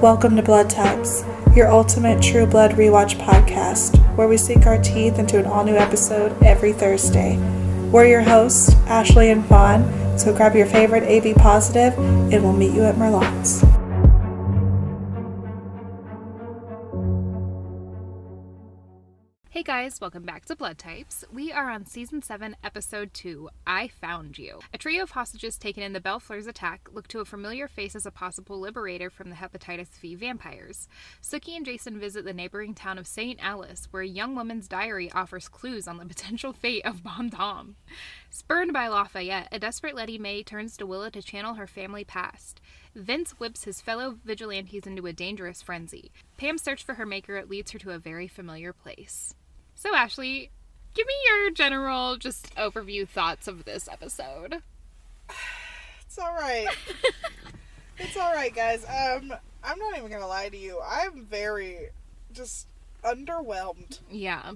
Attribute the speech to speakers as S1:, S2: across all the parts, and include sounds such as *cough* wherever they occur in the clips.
S1: Welcome to Blood Types, your ultimate True Blood rewatch podcast, where we sink our teeth into an all new episode every Thursday. We're your hosts, Ashley and Fawn, so grab your favorite AB positive and we'll meet you at Merlot's.
S2: Hey guys, welcome back to Blood Types. We are on season 7, episode 2 I Found You. A trio of hostages taken in the Bellfleurs attack look to a familiar face as a possible liberator from the hepatitis V vampires. Suki and Jason visit the neighboring town of St. Alice, where a young woman's diary offers clues on the *laughs* potential fate of Bon Dom. Spurned by Lafayette, a desperate Letty Mae turns to Willa to channel her family past. Vince whips his fellow vigilantes into a dangerous frenzy. Pam's search for her maker leads her to a very familiar place. So, Ashley, give me your general just overview thoughts of this episode.
S3: It's all
S2: *laughs*
S3: right. it's all right, guys. Um, I'm not even gonna lie to you. I'm very just underwhelmed
S2: Yeah.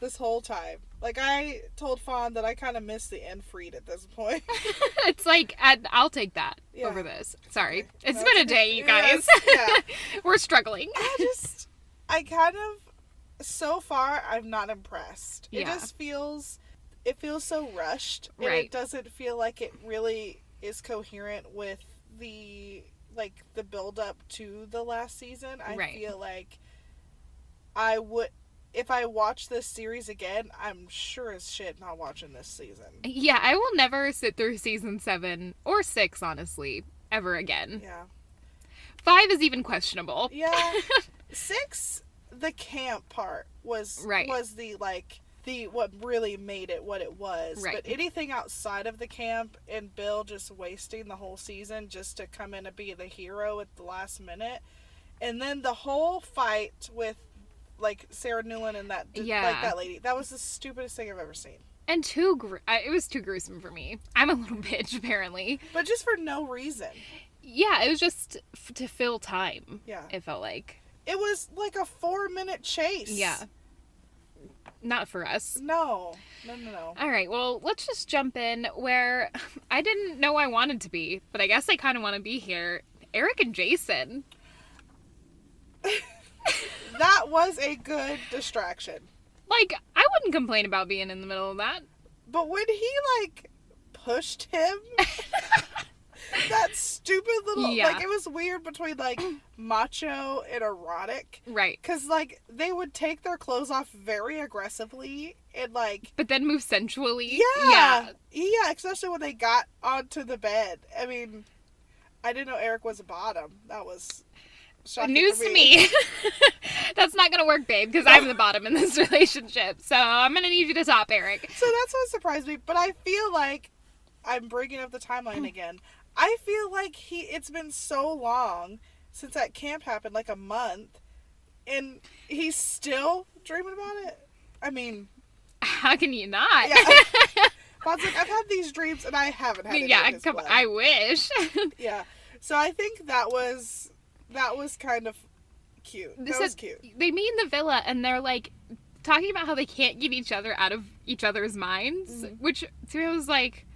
S3: this whole time. Like I told Fawn that I kind of miss the Enfried at this point.
S2: *laughs* It's like, I'd- I'll take that
S3: Yeah.
S2: over this. Sorry. it's
S3: That's
S2: been a day, you guys.
S3: *laughs* Yes, yeah.
S2: *laughs* We're struggling.
S3: I just, I kind of, so far, I'm not impressed. It
S2: Yeah.
S3: just feels, it feels so rushed, and
S2: Right.
S3: it doesn't feel like it really is coherent with the like the build up to the last season. I
S2: Right.
S3: feel like I would. If I watch this series again, I'm sure as shit not watching this season.
S2: Yeah, I will never sit through season seven or six, honestly, ever again.
S3: Yeah.
S2: Five is even questionable.
S3: Yeah.
S2: *laughs*
S3: Six, the camp part was
S2: Right.
S3: was the like the what really made it what it was.
S2: Right.
S3: But anything outside of the camp and Bill just wasting the whole season just to come in and be the hero at the last minute. And then the whole fight with like Sarah Newland and that
S2: Yeah.
S3: like that lady. That was the stupidest thing I've ever seen.
S2: And too, gr- I- it was too gruesome for me. I'm a *laughs* little bitch, apparently.
S3: But just for no reason.
S2: Yeah, it was just f- to fill time.
S3: Yeah.
S2: It felt like.
S3: It was like a 4 minute chase.
S2: Yeah. Not for us.
S3: No. No, no, no.
S2: All right, well, let's just jump in where I didn't know I wanted to be, but I guess I kind of want to be here. Eric and Jason.
S3: That was a good distraction.
S2: Like, I wouldn't complain about being in the middle of that.
S3: But when he like pushed
S2: *laughs*
S3: him, that stupid little
S2: Yeah.
S3: like it was weird between like macho and erotic
S2: Right.
S3: because like they would take their clothes off very aggressively and like
S2: But then move sensually.
S3: yeah yeah, especially when they got onto the bed. I mean, I didn't know Eric was a bottom. That was
S2: Yeah.
S3: shocking
S2: News
S3: for
S2: to me. *laughs*
S3: *laughs*
S2: That's not going to work, babe, because I'm the bottom in this *laughs* relationship. So I'm going to need you to top Eric.
S3: So that's what surprised me. But I feel like I'm bringing up the timeline again. I feel like he. It's been so long since that camp happened, like a month, and he's still dreaming about it. I mean,
S2: How can you not? *laughs*
S3: yeah. Bob's like, I've had these dreams and I haven't had.
S2: *laughs*
S3: Any
S2: Yeah,
S3: of his
S2: come,
S3: blood."
S2: I wish. *laughs*
S3: Yeah. So I think that was that was kind of cute. That
S2: This
S3: was
S2: is-
S3: cute.
S2: they meet in the villa and they're like talking about how they can't get each other out of each other's minds,
S3: Mm-hmm.
S2: which to me I was like,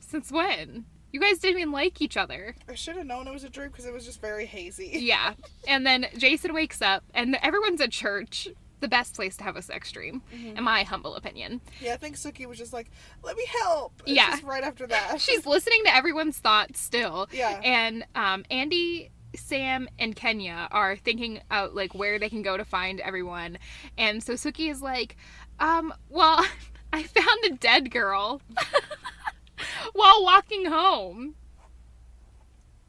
S2: since when? You guys didn't even like each
S3: *laughs*
S2: other.
S3: I should have known it was a dream because it was just very hazy.
S2: Yeah. And then Jason wakes up and everyone's at church. The best place to have a sex dream,
S3: Mm-hmm.
S2: in my humble opinion.
S3: Yeah, I think Suki was just like, "Let me help." It's
S2: Yeah.
S3: just right after that,
S2: She's listening to everyone's thoughts still.
S3: Yeah.
S2: And um, Andy, Sam, and Kenya are thinking out like where they can go to find everyone. And so Suki is like, um, well, *laughs* I found a dead girl *laughs* while walking home.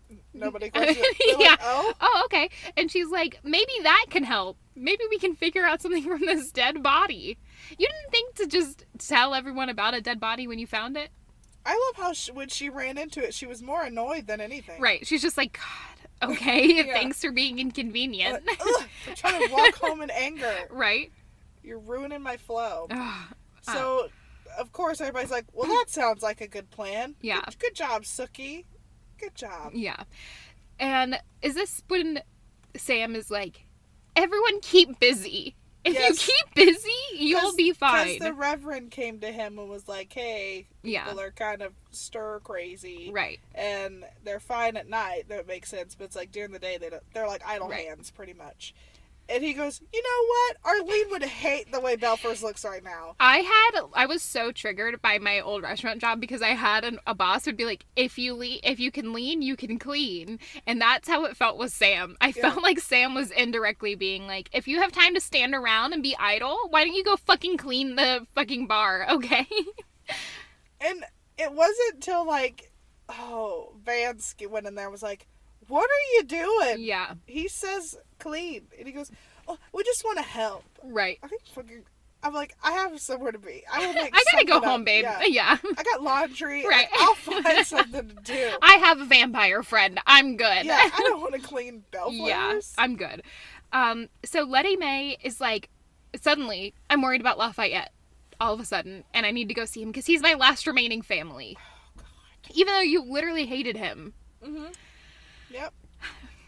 S2: *laughs*
S3: Nobody questioned it. They're
S2: Yeah.
S3: Like, oh.
S2: Oh, okay. And she's like, maybe that can help. Maybe we can figure out something *laughs* from this dead body. You didn't think to just tell everyone about a dead body when you found it?
S3: I love how she, when she ran into it, she was more annoyed than anything.
S2: Right. She's just like, God, okay.
S3: *laughs* Yeah.
S2: Thanks for being
S3: Like,
S2: inconvenient.
S3: *laughs* "Ugh, I'm trying to walk home in anger.
S2: right? *sighs*
S3: You're ruining my flow.
S2: Ugh.
S3: So, of course, everybody's like, well, that sounds like a good plan.
S2: Yeah.
S3: Good, good job, Suki. Good job.
S2: Yeah. And is this when Sam is like, everyone keep busy? If
S3: Yes.
S2: you keep busy, you'll be fine.
S3: Because the Reverend came to him and was like, hey,
S2: Yeah.
S3: people are kind of stir crazy.
S2: Right.
S3: And they're fine at night. That makes sense. But it's like during the day, they don't, they're like idle
S2: Right.
S3: hands, pretty much. And he goes, you know what? Arlene would hate the way Belfers looks right now.
S2: I had I was so triggered by my old restaurant job because I had an, a boss who'd be like, if you le- if you can lean, you can clean, and that's how it felt with Sam. I
S3: Yeah.
S2: felt like Sam was indirectly being like, if you have time to stand around and be idle, why don't you go fucking clean the fucking bar, okay? *laughs*
S3: And it wasn't till like, oh, Vansky went in there and was like, what are you doing?
S2: yeah,
S3: He says clean. And he goes, oh, we just want to help.
S2: right.
S3: I think fucking. I'm like, I have somewhere to be. I will
S2: *laughs*
S3: make.
S2: I gotta
S3: something
S2: go
S3: up.
S2: home, babe. *laughs*
S3: Yeah.
S2: Yeah.
S3: I got laundry.
S2: Right.
S3: Like, I'll find something to do.
S2: *laughs* I have a vampire friend. I'm good.
S3: Yeah, I don't want to clean Belflowers.
S2: *laughs* yeah, I'm good. Um, so Letty Mae is like, suddenly, I'm worried about Lafayette all of a sudden, and I need to go see him because he's my last remaining family. Even though you literally hated him.
S3: Yep.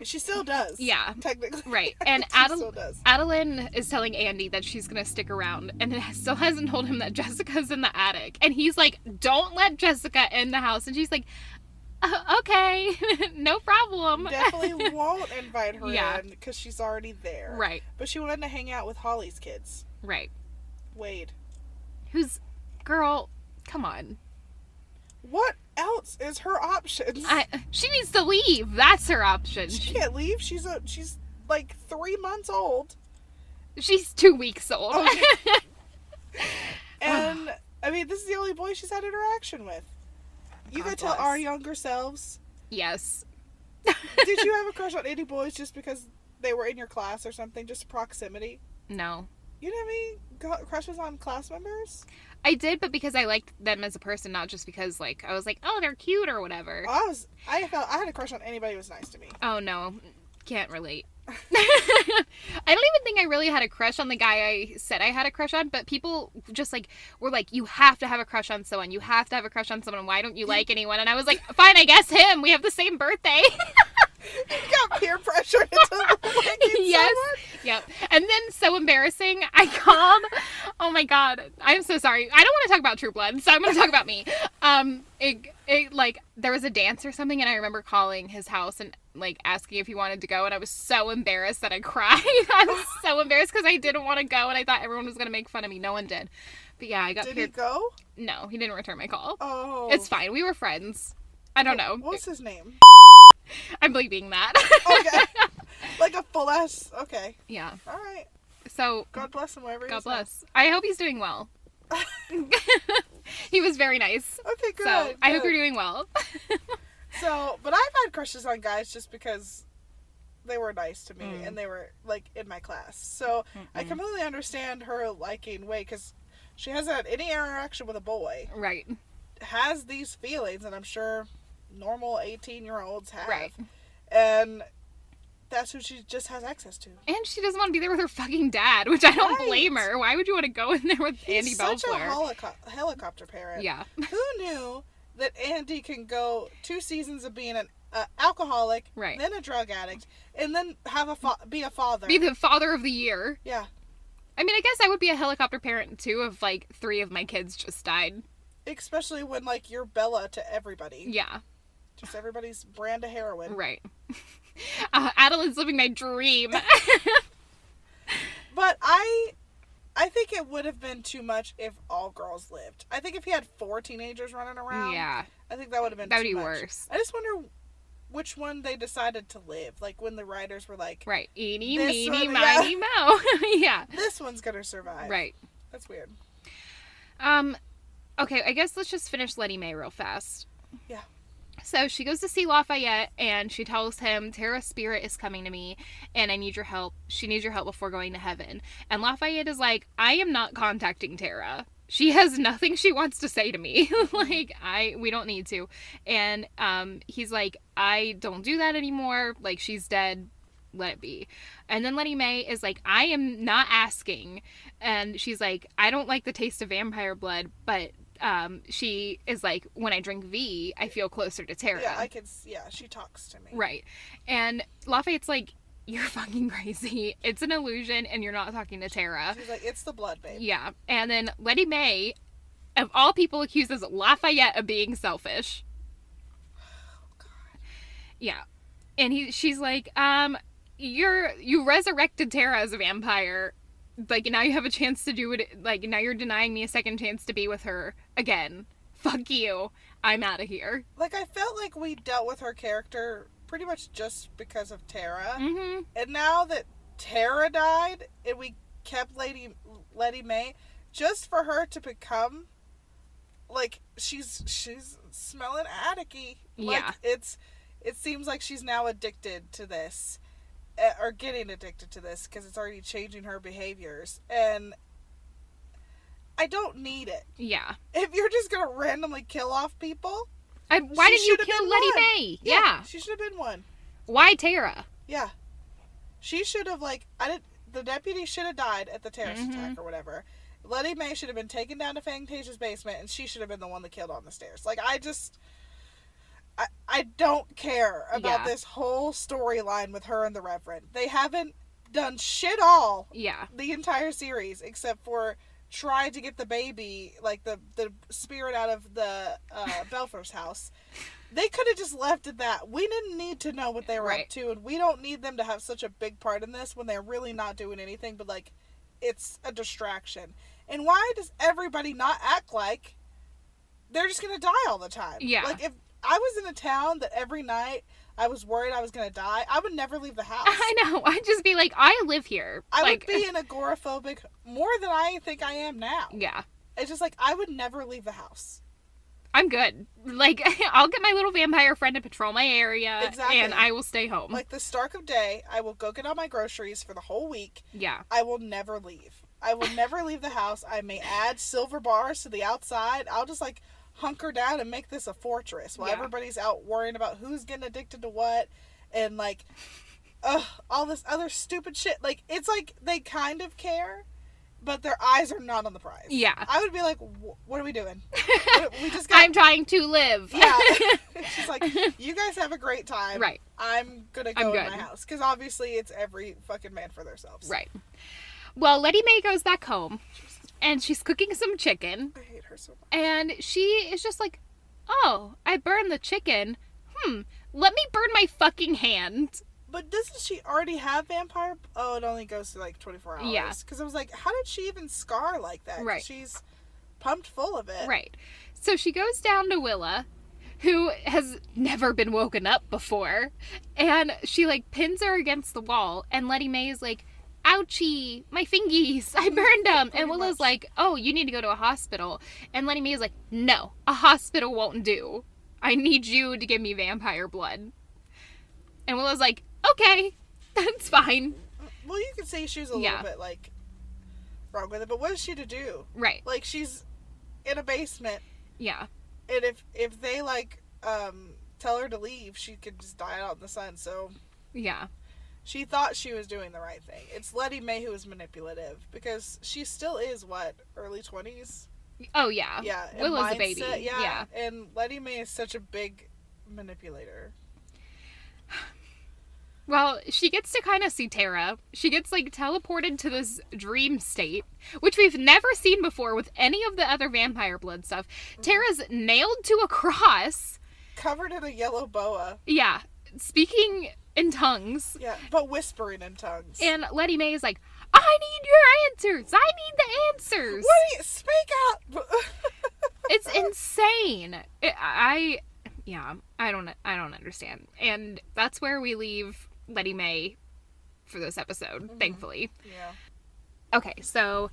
S3: She still
S2: *laughs*
S3: does.
S2: Yeah.
S3: Technically.
S2: Right. And
S3: she still
S2: Adel-
S3: does.
S2: Adeline is telling Andy that she's going to stick around and it *laughs* still hasn't told him that Jessica's in the attic. And he's like, don't let Jessica in the house. And she's like, "Uh, okay, *laughs* no problem. *laughs*
S3: *laughs* Definitely won't invite her
S2: Yeah.
S3: in because she's already there.
S2: Right,
S3: But she wanted to hang out with Holly's kids.
S2: right.
S3: Wade.
S2: Who's, girl, come on.
S3: What else is her options?
S2: I, she needs to leave. That's her option.
S3: *laughs* she
S2: She-
S3: can't leave. She's a she's like three months old.
S2: she's two weeks old.
S3: Okay. And I mean, this is the only boy she's had interaction with. You
S2: God
S3: could tell
S2: bless.
S3: our younger selves.
S2: *laughs* yes.
S3: Did you have a crush on any boys just because they were in your class or something? Just proximity.
S2: No.
S3: You know what I mean? Crushes on class members.
S2: I did, but because I liked them as a person, not just because, like, I was like, oh, they're cute or whatever.
S3: I was. I felt I had a crush on anybody who was nice
S2: *laughs*
S3: to me.
S2: Oh, no. Can't relate. *laughs* I don't even think I really had a crush on the guy I said I had a crush on, but people just like were like, you have to have a crush on someone. You have to have a crush on someone. Why don't you like anyone? And I was like, fine, I guess him. We have the same birthday. *laughs*
S3: You got peer pressure *laughs* into liking
S2: yes.
S3: someone.
S2: Yep. And then so embarrassing. I called. Oh my god. I'm so sorry. I don't want to talk about True Blood, so I'm going to talk about me. Um, it, it like there was a dance or something, and I remember calling his house and like asking if he wanted to go, and I was so embarrassed that I *laughs* cried. I was so embarrassed because I didn't want to go, and I thought everyone was going to make fun of me. No one did. But yeah, I got.
S3: Did he
S2: peer-
S3: go?
S2: No, he didn't return my call.
S3: Oh,
S2: It's fine. We were friends. I don't know.
S3: What's
S2: *laughs*
S3: his name?
S2: I'm bleeping that.
S3: Okay, like a full ass. Okay,
S2: *laughs* yeah.
S3: all right.
S2: So
S3: God bless him wherever.
S2: God
S3: he's at.
S2: bless. I hope he's doing
S3: *laughs*
S2: well. he was very nice.
S3: Okay, good.
S2: so I hope
S3: good.
S2: you're doing well.
S3: So, but I've had crushes on guys just because they were nice to me
S2: Mm.
S3: and they were like in my class. So I completely understand her liking Way because she hasn't had any interaction with a boy,
S2: right.
S3: has these feelings, and I'm sure normal 18 year olds have.
S2: Right.
S3: And that's who she just has access to.
S2: And she doesn't want to be there with her fucking dad, which I don't
S3: Right.
S2: blame her. Why would you want to go in there with Andy
S3: He's such a
S2: Belfleur?
S3: holoco- helicopter parent.
S2: Yeah.
S3: Who knew that Andy can go two seasons of being an uh, alcoholic,
S2: Right.
S3: then a drug addict, and then have a fa- be a father?
S2: Be the father of the year.
S3: yeah.
S2: I mean, I guess I would be a helicopter parent too if like three of my kids just died.
S3: especially when like you're Bella to everybody.
S2: Yeah.
S3: Just everybody's brand of heroin.
S2: Right. *laughs* Uh, Adeline's living my dream.
S3: But I I think it would have been too much if all girls lived. I think if he had four teenagers running around,
S2: yeah.
S3: I think that would have been
S2: That would
S3: too
S2: be
S3: much.
S2: worse.
S3: I just wonder which one they decided to live. Like when the writers were like,
S2: Right. Eeny,
S3: This
S2: meeny,
S3: one, yeah.
S2: miny, mo. *laughs* yeah.
S3: "This one's gonna survive."
S2: Right.
S3: That's weird.
S2: Um, okay, I guess let's just finish Letty Mae real fast.
S3: Yeah.
S2: So she goes to see Lafayette and she tells him, Tara's spirit is coming to me and I need your help. She needs your help before going to heaven. And Lafayette is like, I am not contacting Tara. She has nothing she wants to say to me. *laughs* like, I we don't need to. And um he's like, I don't do that anymore. Like she's dead. Let it be. And then Letty Mae is like, I am not asking. And she's like, I don't like the taste of vampire blood, but um, she is like, when I drink V, I feel closer to Tara.
S3: Yeah, I could. s- Yeah, she talks to me.
S2: Right. And Lafayette's like, You're *laughs* fucking crazy. It's an illusion, and you're not talking to Tara.
S3: She's like, it's the blood, babe.
S2: Yeah. And then Letty Mae, of all people, accuses Lafayette of being selfish.
S3: Oh,
S2: Yeah. And he she's like, um, you're you resurrected Tara as a vampire. Like now you have a chance to do it like now you're denying me a second chance to be with her again. Fuck you. I'm out of here.
S3: Like I felt like we dealt with her character pretty much just because of Tara,
S2: Mm-hmm.
S3: and now that Tara died, and we kept Lady Letty May just for her to become like she's she's smelling atticky. Like,
S2: Yeah.
S3: it's it seems like she's now addicted to this. eh, Or getting addicted to this because it's already changing her behaviors, and I don't need it. *laughs*
S2: Yeah.
S3: If you're just gonna randomly kill off people,
S2: I, why didn't
S3: She
S2: you
S3: should've
S2: kill
S3: been
S2: Letty
S3: one.
S2: Mae? Yeah.
S3: She should have been one.
S2: Why Tara?
S3: Yeah. She should have like I did the deputy should have died at the terrorist
S2: Mm-hmm.
S3: attack or whatever. Letty Mae should have been taken down to Fantasia's basement and she should have been the one that killed on the stairs. Like I just I I don't care about
S2: Yeah.
S3: this whole storyline with her and the Reverend. They haven't done shit all
S2: Yeah. *laughs*
S3: the entire series except for try to get the baby like the the spirit out of the
S2: *laughs*
S3: uh Belfer's house. They could have just left it that. We didn't need to know what they were
S2: Right.
S3: up to and we don't need them to have such a big part in this when they're really not doing anything but like it's a distraction. And why does everybody not act like they're just gonna die all the time?
S2: Yeah.
S3: Like if I was in a town that every night I was worried I was gonna die, I would never
S2: *laughs*
S3: leave the house.
S2: I know. I'd just be like, I live here.
S3: I
S2: like,
S3: would be an agoraphobic more than I think I am now.
S2: *laughs* yeah.
S3: It's just like I would never leave the house.
S2: I'm good. Like, *laughs* I'll get my little vampire friend to patrol my area,
S3: Exactly.
S2: and I will stay home.
S3: Like the stark of day, I will go get all my groceries for the whole week.
S2: yeah,
S3: I will never leave. I will never leave the house. I may add silver bars to the outside. I'll just like hunker down and make this a fortress while
S2: Yeah.
S3: everybody's out worrying about who's getting addicted to what and like ugh, all this other stupid shit. Like it's like they kind of care, but their eyes are not on the prize.
S2: yeah.
S3: I would be like, "Wh- what are we doing? What-
S2: *laughs*
S3: we just got
S2: I'm trying to live.
S3: *laughs*
S2: *laughs*
S3: Yeah. She's like, you guys have a great time.
S2: Right.
S3: I'm gonna
S2: I'm
S3: go in my
S2: good.
S3: house because obviously it's every fucking man for themselves.
S2: right. Well, Letty Mae goes back home, and she's cooking some chicken,
S3: I hate her so much.
S2: and she is just like, "Oh, I burned the chicken. Hmm. Let me burn my fucking hand."
S3: But doesn't she already have vampire? Oh, it only goes to like 24 hours.
S2: Yeah.
S3: Because I was like, how did she even scar like that? 'Cause
S2: Right.
S3: She's pumped full of
S2: *laughs*
S3: it.
S2: Right. So she goes down to Willa, who has never been woken up before, and she like pins her against the wall, and Letty Mae is like, "Ouchie, my fingies,
S3: *laughs*
S2: I burned them."
S3: Pretty
S2: and Willa's
S3: much.
S2: like, "Oh, you need to go to a hospital," and Letty Mae is like, "No, a hospital won't do. I need you to give me vampire blood." And Willa's like, "Okay, *laughs* that's fine."
S3: Well, you could say she's a
S2: Yeah.
S3: little bit like wrong with it, but what is she to do?
S2: Right?
S3: Like she's in a basement,
S2: Yeah.
S3: and if if they like um tell her to leave, she could just die out in the sun. So
S2: Yeah.
S3: she thought she was doing the right thing. It's Letty Mae who is manipulative because she still is what early twenties.
S2: Oh yeah.
S3: Yeah, and
S2: Willa's a
S3: mindset,
S2: baby.
S3: Yeah. and Letty Mae is such a big manipulator.
S2: Well, she gets to kind of see Tara. She gets like teleported to this dream state, which we've never seen before with any of the other vampire blood stuff. Tara's nailed to a cross.
S3: Covered in a yellow boa.
S2: Yeah, speaking in tongues.
S3: Yeah, but whispering in tongues.
S2: And Letty Mae is like, I need your answers. I need the answers.
S3: what? do you- Speak up. *laughs*
S2: It's insane. It, I, yeah, I don't, I don't understand. And that's where we leave Letty Mae for this episode, thankfully.
S3: yeah.
S2: Okay, so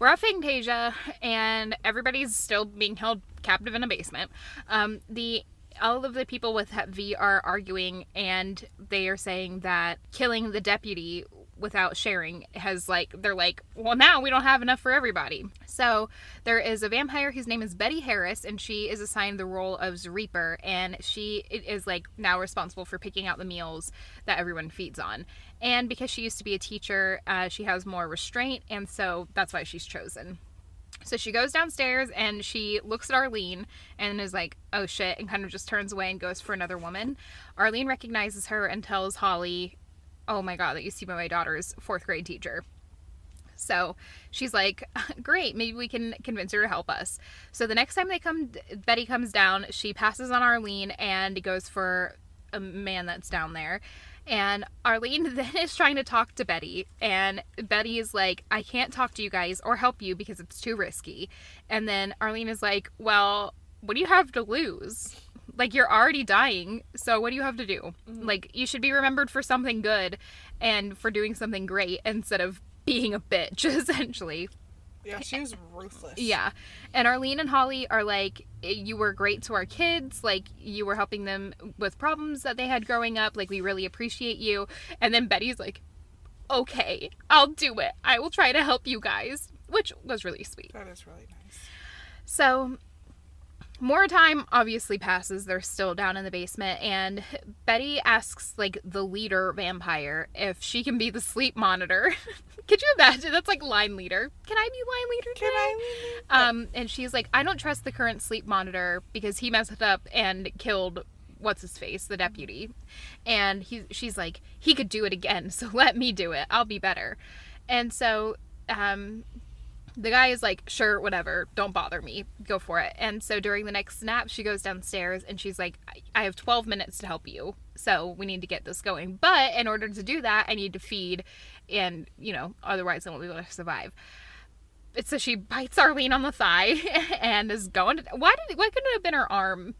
S2: we're at Fantasia, and everybody's still being held captive in a basement. Um, the all of the people with Hep V are arguing, and they are saying that killing the deputy without sharing has like they're like, well, now we don't have enough for everybody. So there is a vampire whose name is Betty Harris, and she is assigned the role of Reaper, and she is like now responsible for picking out the meals that everyone feeds on. And because she used to be a teacher, uh, she has more restraint, and so that's why she's chosen. So she goes downstairs and she looks at Arlene and is like, oh shit, and kind of just turns away and goes for another woman. Arlene recognizes her and tells Holly, oh my god, that used to be my daughter's fourth grade teacher. So she's like, *laughs* great, maybe we can convince her to help us. So the next time they come, Betty comes down, she passes on Arlene and goes for a man that's down there. And Arlene *laughs* then is trying to talk to Betty. And Betty is like, I can't talk to you guys or help you because it's too risky. And then Arlene is like, Well, what do you have to lose? Like, you're already dying. So, what do you have to do? Like, you should be remembered for something good and for doing something great instead of being a bitch, *laughs* essentially.
S3: Yeah, she was ruthless.
S2: Yeah. And Arlene and Holly are like, "Eh, you were great to our kids. Like, you were helping them with problems that they had growing up. Like, we really appreciate you. And then Betty's like, okay, I'll do it. I will try to help you guys, which was really sweet.
S3: That is really nice.
S2: So, more time obviously passes. They're still down in the basement. And Betty asks, like, the leader vampire if she can be the sleep monitor. *laughs* Could you imagine? That's like line leader. Can I be line leader today?
S3: Can I?
S2: Um, and she's like, I don't trust the current sleep monitor because he messed up and killed what's his face, the deputy. And he, she's like, he could do it again, *laughs* so let me do it. I'll be better. And so, um, the guy is like, sure, whatever, don't bother me, go for it. And so during the next snap, she goes downstairs and she's like, I- I have 12 minutes to help you, so we need to get this going. But in order to do that, I need to feed, and you know, otherwise, I won't be able to survive. It's so she bites Arlene on the thigh *laughs* and is going to. Why did? Why couldn't it have been her arm?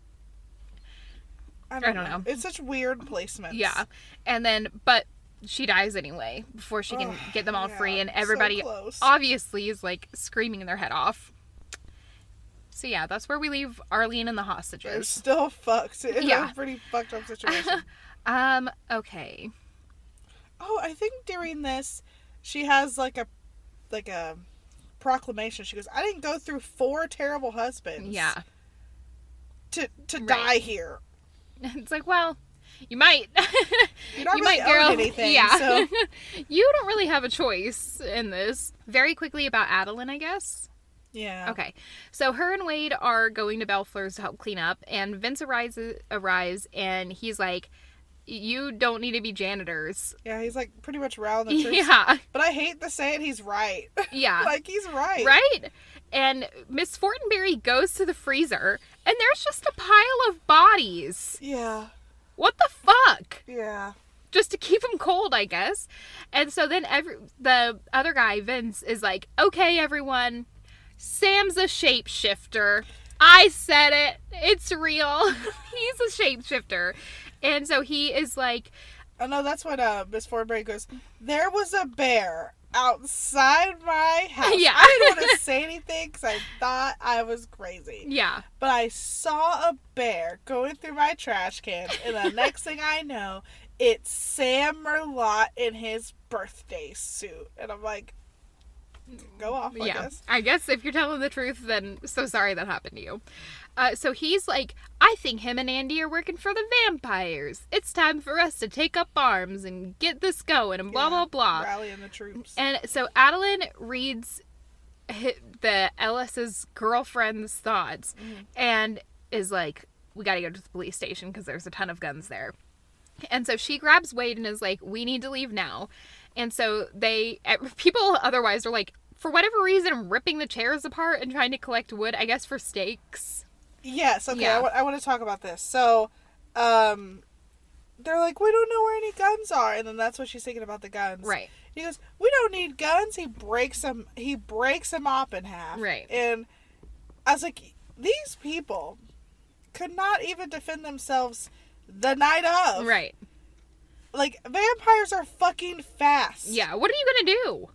S3: I
S2: I don't know.
S3: It's such weird placements.
S2: Yeah, and then but she dies anyway before she can
S3: Ugh,
S2: get them all
S3: Oh, yeah,
S2: free, and
S3: so
S2: everybody
S3: close.
S2: obviously is like screaming their head off. So yeah, that's where we leave Arlene and the
S3: They're
S2: hostages.
S3: still fucked. It's
S2: Yeah.
S3: a pretty fucked
S2: *laughs*
S3: up situation.
S2: Um. Okay.
S3: oh, I think during this, she has like a, like a, proclamation. She goes, "I didn't go through four terrible husbands.
S2: Yeah. *laughs*
S3: To to
S2: Right.
S3: die here.
S2: It's like, well, you might. *laughs*
S3: You don't really own anything.
S2: Yeah. *laughs*
S3: So
S2: you don't really have a choice in this. Very quickly about Adeline, I guess.
S3: yeah.
S2: Okay. So her and Wade are going to Bellflowers to help clean up, and Vince arrives, arrives and he's like, You don't need to be janitors.
S3: Yeah, he's like pretty much round
S2: *laughs*
S3: the truth.
S2: Yeah.
S3: But I hate to say it. He's right. *laughs*
S2: Yeah.
S3: like he's right.
S2: right? And Miss Fortenberry goes to the freezer, and there's just a pile of bodies.
S3: Yeah.
S2: What the fuck?
S3: Yeah.
S2: just to keep him cold, I guess. And so then every the other guy, Vince, is like, "Okay, everyone, Sam's a shapeshifter. I said it. It's real. *laughs* He's a shapeshifter." And so he is like,
S3: Oh no, that's what uh, Miss Fortenberry goes. There was a bear outside
S2: *laughs*
S3: my house.
S2: Yeah.
S3: I didn't want to say anything because I thought I was crazy.
S2: "Yeah,
S3: But I saw a bear going through my trash can, and the next thing I know, it's Sam Merlot in his birthday suit, and I'm like, go off. I
S2: yeah.
S3: guess.
S2: I guess if you're telling the truth, then so sorry that happened to you." Uh, so he's like, "I think him and Andy are working for the vampires. It's time for us to take up arms and get this going." And blah
S3: Yeah,
S2: blah blah.
S3: Rallying the troops.
S2: And so Adeline reads hi- the Ellis's girlfriend's thoughts and is like, we got to go to the police station because there's a ton of guns there. And so she grabs Wade and is like, we need to leave now. And so they, eh, people otherwise are like, for whatever reason, ripping the chairs apart and trying to collect wood, I guess, for stakes.
S3: Yes, okay.
S2: Yeah.
S3: I, w- I want to talk about this. So, um, they're like, we don't know where any guns are, and then that's what she's thinking about the guns.
S2: Right.
S3: He goes, we don't need guns. He breaks them. He breaks them up in half.
S2: Right.
S3: And I was like, these people could not even defend themselves the night of.
S2: Right.
S3: Like vampires are fucking fast.
S2: Yeah. What are you going to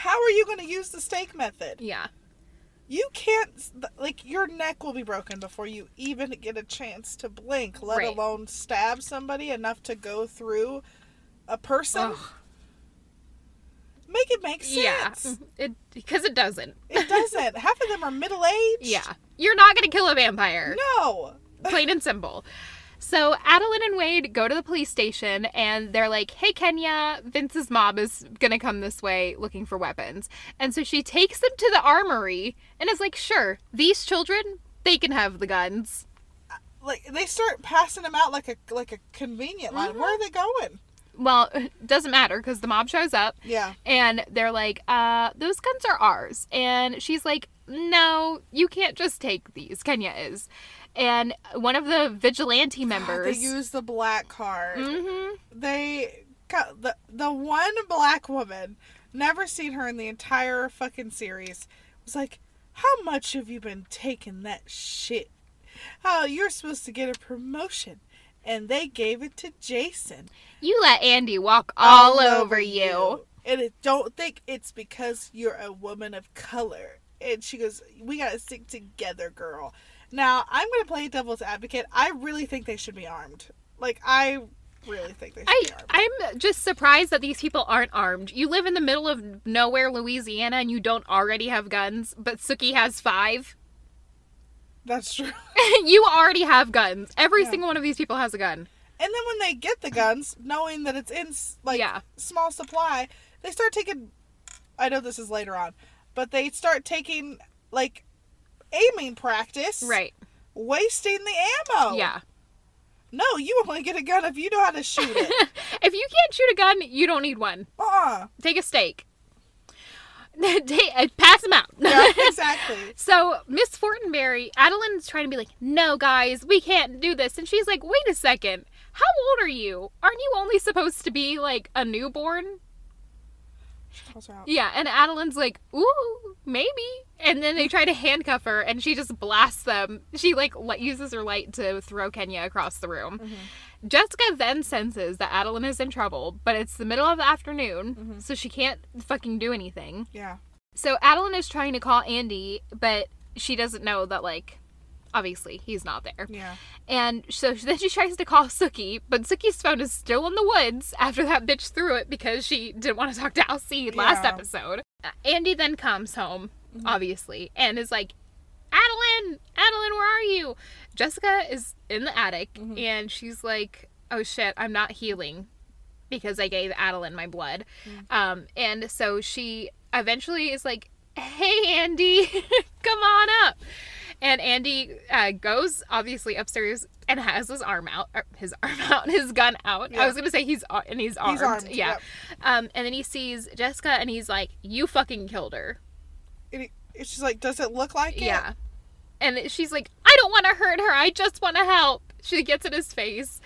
S3: How are you going to use the stake method?
S2: do? Yeah.
S3: You can't, like, your neck will be broken before you even get a chance to blink, let
S2: Right.
S3: alone stab somebody enough to go through a person.
S2: Ugh.
S3: Make it make
S2: Yeah.
S3: sense.
S2: It Because it doesn't.
S3: It doesn't. Half of them are middle aged.
S2: Yeah. You're not going to kill a vampire.
S3: No.
S2: plain and simple. So Adeline and Wade go to the police station and they're like, "Hey Kenya, Vince's mob is gonna come this way looking for weapons." And so she takes them to the armory and is like, "Sure, these children, they can have the guns." Mm-hmm.
S3: Like, they start passing them out like a like a convenient line. Where are they going?
S2: well, *laughs* doesn't matter because the mob shows up
S3: Yeah.
S2: and they're like, uh, those guns are ours. And she's like, no, you can't just take these. Kenya is. And one of the vigilante
S3: They
S2: members.
S3: use the black card.
S2: hmm
S3: They got the the one black woman. Never seen her in the entire fucking series. Was like, how much have you been taking that shit? Oh, you're supposed to get a promotion, and they gave it to Jason.
S2: You let Andy walk all, over you.
S3: And I don't think it's because you're a woman of color. And she goes, We gotta stick together, girl. Now, I'm gonna play devil's advocate. I really think they should be armed. Like, I really think they should
S2: I,
S3: be armed.
S2: I'm just surprised that these people aren't armed. You live in the middle of nowhere, Louisiana, and you don't already have guns, but Suki has five. *laughs*
S3: That's true.
S2: you already have guns. Every
S3: Yeah.
S2: single one of these people has a gun.
S3: And then when they get the guns, knowing that it's in s- like
S2: Yeah.
S3: small supply, they start taking. I know this is later on, but they start taking like aiming practice,
S2: Right.
S3: Wasting the ammo.
S2: Yeah.
S3: No, you only get a gun if you know how to shoot
S2: *laughs*
S3: it.
S2: If you can't shoot a gun, you don't need one.
S3: uh-uh.
S2: Take a stake. *laughs* Take- uh, Pass them out. *laughs*
S3: Yeah, exactly.
S2: So Miss Fortenberry, Adeline's trying to be like, no, guys, we can't do this. And she's like, wait a second. How old are you? Aren't you only supposed to be like a newborn?
S3: Calls her out.
S2: Yeah. And Adeline's like, ooh, maybe. And then they try to handcuff her and she just blasts them. She like li- uses her light to throw Kenya across the room. Jessica then senses that Adeline is in trouble, but it's the middle of the afternoon, so she can't fucking do anything.
S3: Yeah.
S2: So Adeline is trying to call Andy, but she doesn't know that like obviously he's not there.
S3: Yeah.
S2: And so *laughs* then she tries to call Suki, but Suki's phone is still in the woods after that bitch threw it because she didn't want to talk to Alcide last
S3: Yeah.
S2: episode. Uh, Andy then comes home, obviously, and is like, Adeline, Adeline, where are you? Jessica is in the attic
S3: Mm-hmm.
S2: and she's like, oh shit, I'm not healing because I gave Adeline my blood.
S3: Mm.
S2: Um, and so she eventually is like, hey, Andy, *laughs* come on up. And Andy uh, goes obviously upstairs and has his arm out, er, his *laughs* arm out, his gun out. I
S3: Yeah.
S2: was gonna say he's ar- and he's armed,
S3: armed,
S2: yeah.
S3: yep.
S2: Um, and then he sees Jessica and he's like, "You fucking killed her."
S3: And it- it's just like, does it look like it?
S2: Yeah. And she's like, I don't want to hurt her. I just want to help. She gets in his face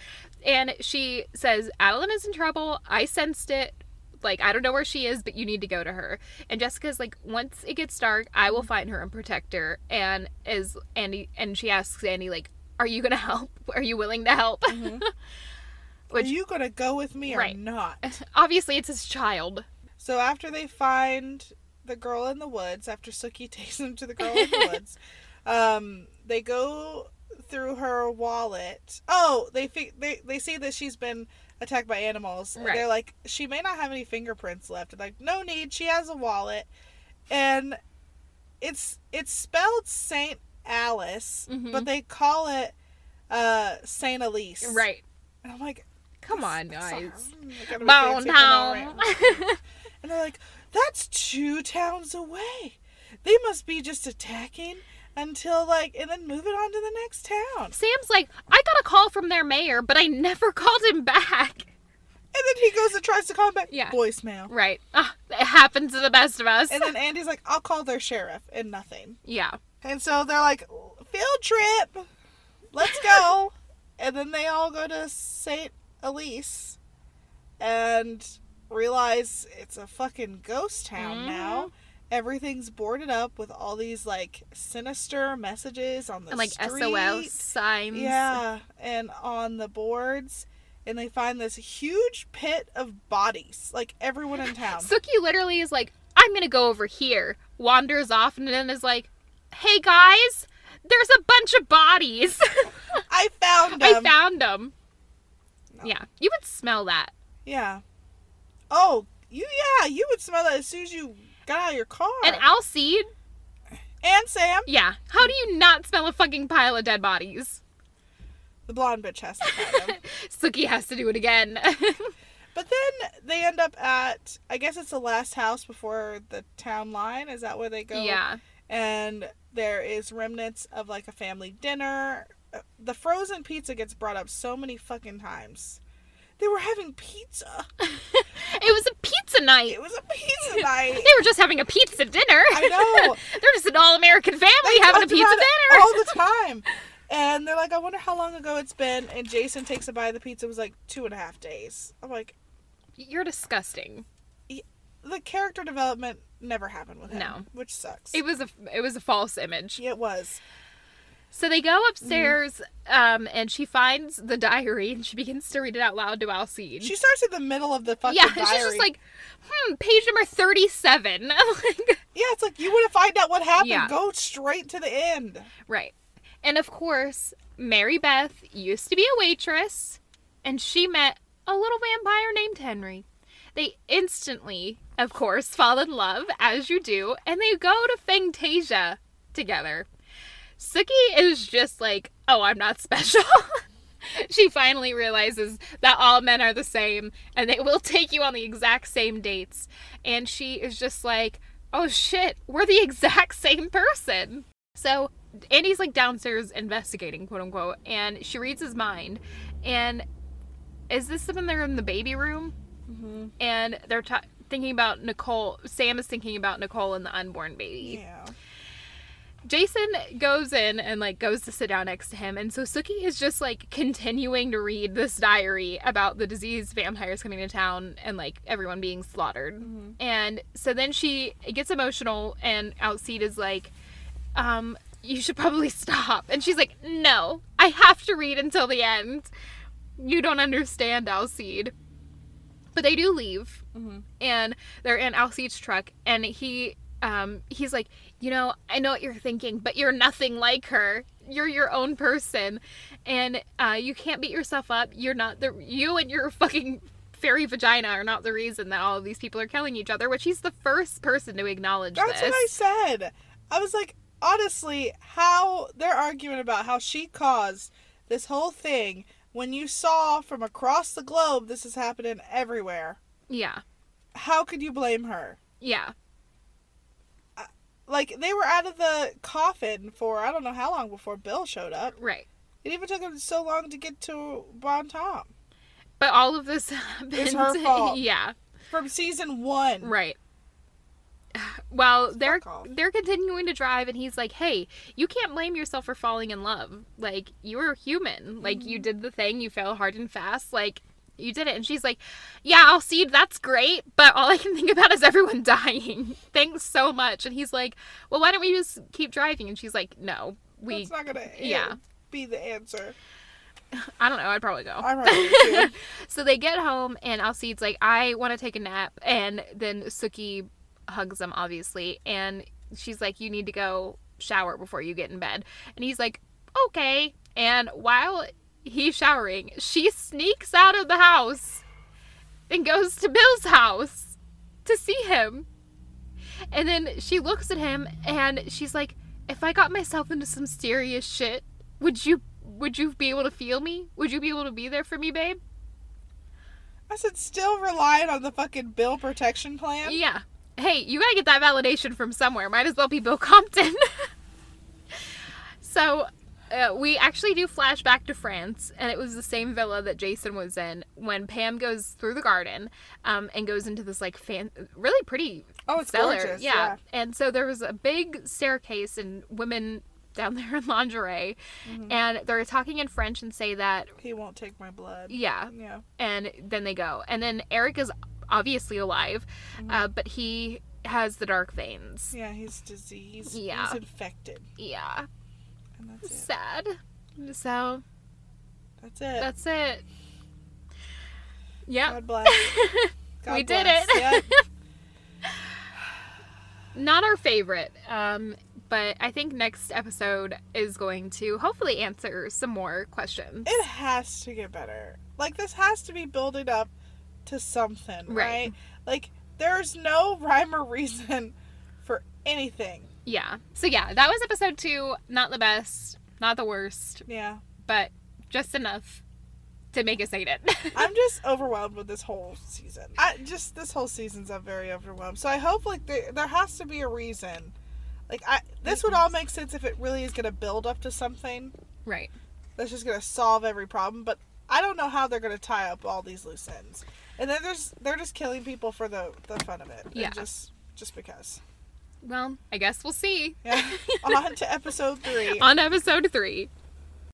S2: and she says, Adeline is in trouble. I sensed it. Like, I don't know where she is, but you need to go to her. And Jessica's like, once it gets dark, I will find her and protect her. And is Andy, and she asks Andy, like, are you going to help? Are you willing to help?
S3: Are
S2: Which-
S3: you gonna go with me or
S2: Right.
S3: not?
S2: *laughs* Obviously, it's his child.
S3: So after they find the girl in the woods, after Suki *laughs* takes them to the girl
S2: *laughs*
S3: in the woods, um, they go through her wallet. Oh, they fi- they they see that she's been attacked by animals. And
S2: Right.
S3: They're like, she may not have any fingerprints left. Like, no need. She has a wallet, and it's it's spelled Saint Alice,
S2: Mhm.
S3: but they call it uh Saint Elise.
S2: Right.
S3: And I'm like,
S2: Come on,
S3: that's not-
S2: guys.
S3: I'm not gonna be
S2: Bone
S3: fancy for no
S2: down.
S3: rent.
S2: *laughs*
S3: And they're like, that's two towns away. They must be just attacking until, like, and then moving on to the next town.
S2: Sam's like, I got a call from their mayor, but I never *laughs* called him back.
S3: And then he goes and tries to call him back.
S2: Yeah.
S3: Voicemail.
S2: Right. *laughs* Ah, it happens to the best of us.
S3: And then Andy's like, I'll call their sheriff and nothing.
S2: yeah.
S3: And so they're like, field trip. Let's
S2: *laughs*
S3: go. and then they all go to St. Elise and realize it's a fucking ghost town
S2: Mhm.
S3: now. Everything's boarded up with all these like sinister messages on the
S2: And like
S3: street.
S2: SOL signs.
S3: Yeah, and on the boards. And they find this huge pit of bodies, like
S2: *laughs*
S3: everyone in town.
S2: Suki literally is like, I'm gonna go over here, wanders off, and then is like, hey guys, there's a bunch of bodies. *laughs*
S3: I found
S2: I
S3: them.
S2: found them.
S3: No.
S2: Yeah. You would smell that.
S3: Yeah. Oh, you yeah, you would smell that as soon as you got out of your car.
S2: And Alcide,
S3: And Sam,
S2: yeah. How do you not smell a fucking pile of dead bodies?
S3: the blonde bitch has to
S2: *laughs*
S3: find them.
S2: Suki has to do it again. *laughs*
S3: but then they end up at I guess it's the last house before the town line. Is that where they go?
S2: yeah.
S3: And there is remnants of like a family dinner. Uh, The frozen pizza gets brought up so many fucking times. They were having pizza.
S2: It was a pizza night.
S3: It was a
S2: *laughs*
S3: pizza night.
S2: They were just having a pizza dinner.
S3: I know.
S2: *laughs* They're just an all American family
S3: They
S2: having a
S3: talked
S2: pizza
S3: about it
S2: dinner.
S3: all the time. And they're like, I wonder how long ago it's been. And Jason takes a bite of the pizza. It was like two and a half days. I'm like,
S2: *laughs* You're disgusting.
S3: the character development never happened with him.
S2: No.
S3: which sucks.
S2: It was a it was a false image.
S3: it was.
S2: So they go upstairs, um, and she finds the diary and she begins to read it out loud to Alcide.
S3: She starts in the middle of the fucking
S2: yeah, *laughs*
S3: diary.
S2: she's just like, hmm, page number thirty-seven. *laughs* Like,
S3: yeah, it's like you want to find out what happened.
S2: Yeah.
S3: Go straight to the end.
S2: Right. And of course, Mary Beth used to be a waitress, and she met a little vampire named Henry. They instantly, of course, fall in love, as you do, and they go to Fantasia together. Suki is just like, oh, I'm not special. *laughs* she finally realizes that all men are the same and they will take you on the exact same dates. And she is just like, oh shit, we're the *laughs* exact same person. So Andy's like downstairs investigating, quote unquote, and she reads his mind. And is this when they're in the baby room? And they're ta- thinking about Nicole. Sam is thinking about Nicole and the unborn baby.
S3: Yeah,
S2: Jason goes in and like goes to sit down next to him, and so Suki is just like continuing to read this diary about the disease vampires coming to town and like everyone being slaughtered. And so then she gets emotional, and Outseed is like, um, "You should probably stop." And she's like, "No, I have to read until the end. You don't understand, Outseed." But they do leave,
S3: Mm-hmm.
S2: and they're in Alcide's truck, and he um, he's like, you know, I know what you're thinking, but you're nothing like her. You're your own person, and uh, you can't beat yourself up. You're not the you and your fucking fairy vagina are not the reason that all of these people are killing each other. Which he's the first person to acknowledge
S3: that's
S2: this.
S3: what I said. I was like, honestly, how they're arguing about how she caused this whole thing when you saw from across the globe this is happening everywhere.
S2: yeah,
S3: How could you blame her?
S2: yeah,
S3: Like they were out of the coffin for I don't know how long before Bill showed up.
S2: right.
S3: It even took him so long to get to Bon Tom
S2: But all of this *laughs* happened.
S3: her
S2: *laughs*
S3: fault.
S2: yeah,
S3: from season one.
S2: Right. *sighs* Well, they're
S3: off.
S2: they're continuing to drive, and he's like, "Hey, you can't blame yourself for falling in love. Like you're human. Like
S3: Mm-hmm.
S2: you did the thing. You fell hard and fast. Like you did it." And she's like, "Yeah, I'll see. That's great, but all I can think about is everyone *laughs* dying. Thanks so much." And he's like, "Well, why don't we just keep driving?" And she's like, "No, we.
S3: That's not gonna a-
S2: yeah.
S3: be the answer.
S2: I don't know. I'd probably go." *laughs*
S3: I'm right.
S2: So they get home, and Alcide's like, I want to take a nap. And then Suki hugs him, obviously. And she's like, You need to go shower before you get in bed. And he's like, Okay. And while he's showering, she sneaks out of the house and goes to Bill's house to see him. And then she looks at him and she's like, "If I got myself into some serious shit, would you would you be able to feel me? Would you be able to be there for me, babe?"
S3: I said, still relying on the fucking bill protection plan.
S2: Yeah. Hey, you gotta get that validation from somewhere. Might as well be Bill Compton. *laughs* so, uh, we actually do flash back to France, and it was the same villa that Jason was in when Pam goes through the garden um, and goes into this like fan, really pretty
S3: Oh, it's
S2: cellar.
S3: gorgeous.
S2: yeah.
S3: yeah.
S2: And so there was a big staircase and women *laughs* down there in lingerie,
S3: Mm-hmm.
S2: and they're talking in French and say that
S3: He won't take my blood.
S2: yeah,
S3: Yeah.
S2: and then they go. And then Eric is obviously alive,
S3: Mm-hmm.
S2: uh, but he has the dark veins.
S3: Yeah, he's diseased.
S2: Yeah.
S3: He's infected.
S2: Yeah,
S3: And that's it.
S2: sad. So
S3: That's it.
S2: that's it. Yep,
S3: God bless.
S2: *laughs*
S3: God
S2: we did
S3: bless.
S2: it.
S3: Yep.
S2: Not our favorite, um, but I think next episode is going to hopefully answer some more questions.
S3: It has to get better. Like this has to be building up to something,
S2: Right.
S3: right? Like there's no *laughs* rhyme or reason for anything.
S2: Yeah. So yeah, that was episode two. Not the best, not the worst,
S3: Yeah.
S2: but just enough to make us hate it. *laughs*
S3: I'm just overwhelmed with this whole season. I just this whole season's I'm very overwhelmed. So I hope like there, there has to be a reason. Like I this would all make sense if it really is going to build up to something
S2: right.
S3: that's just going to solve every problem, but I don't know how they're gonna tie up all these loose ends. And then there's they're just killing people for the the fun of it. and
S2: Yeah.
S3: just just because.
S2: Well, I guess we'll see
S3: Yeah. *laughs* On to episode three.
S2: on episode three.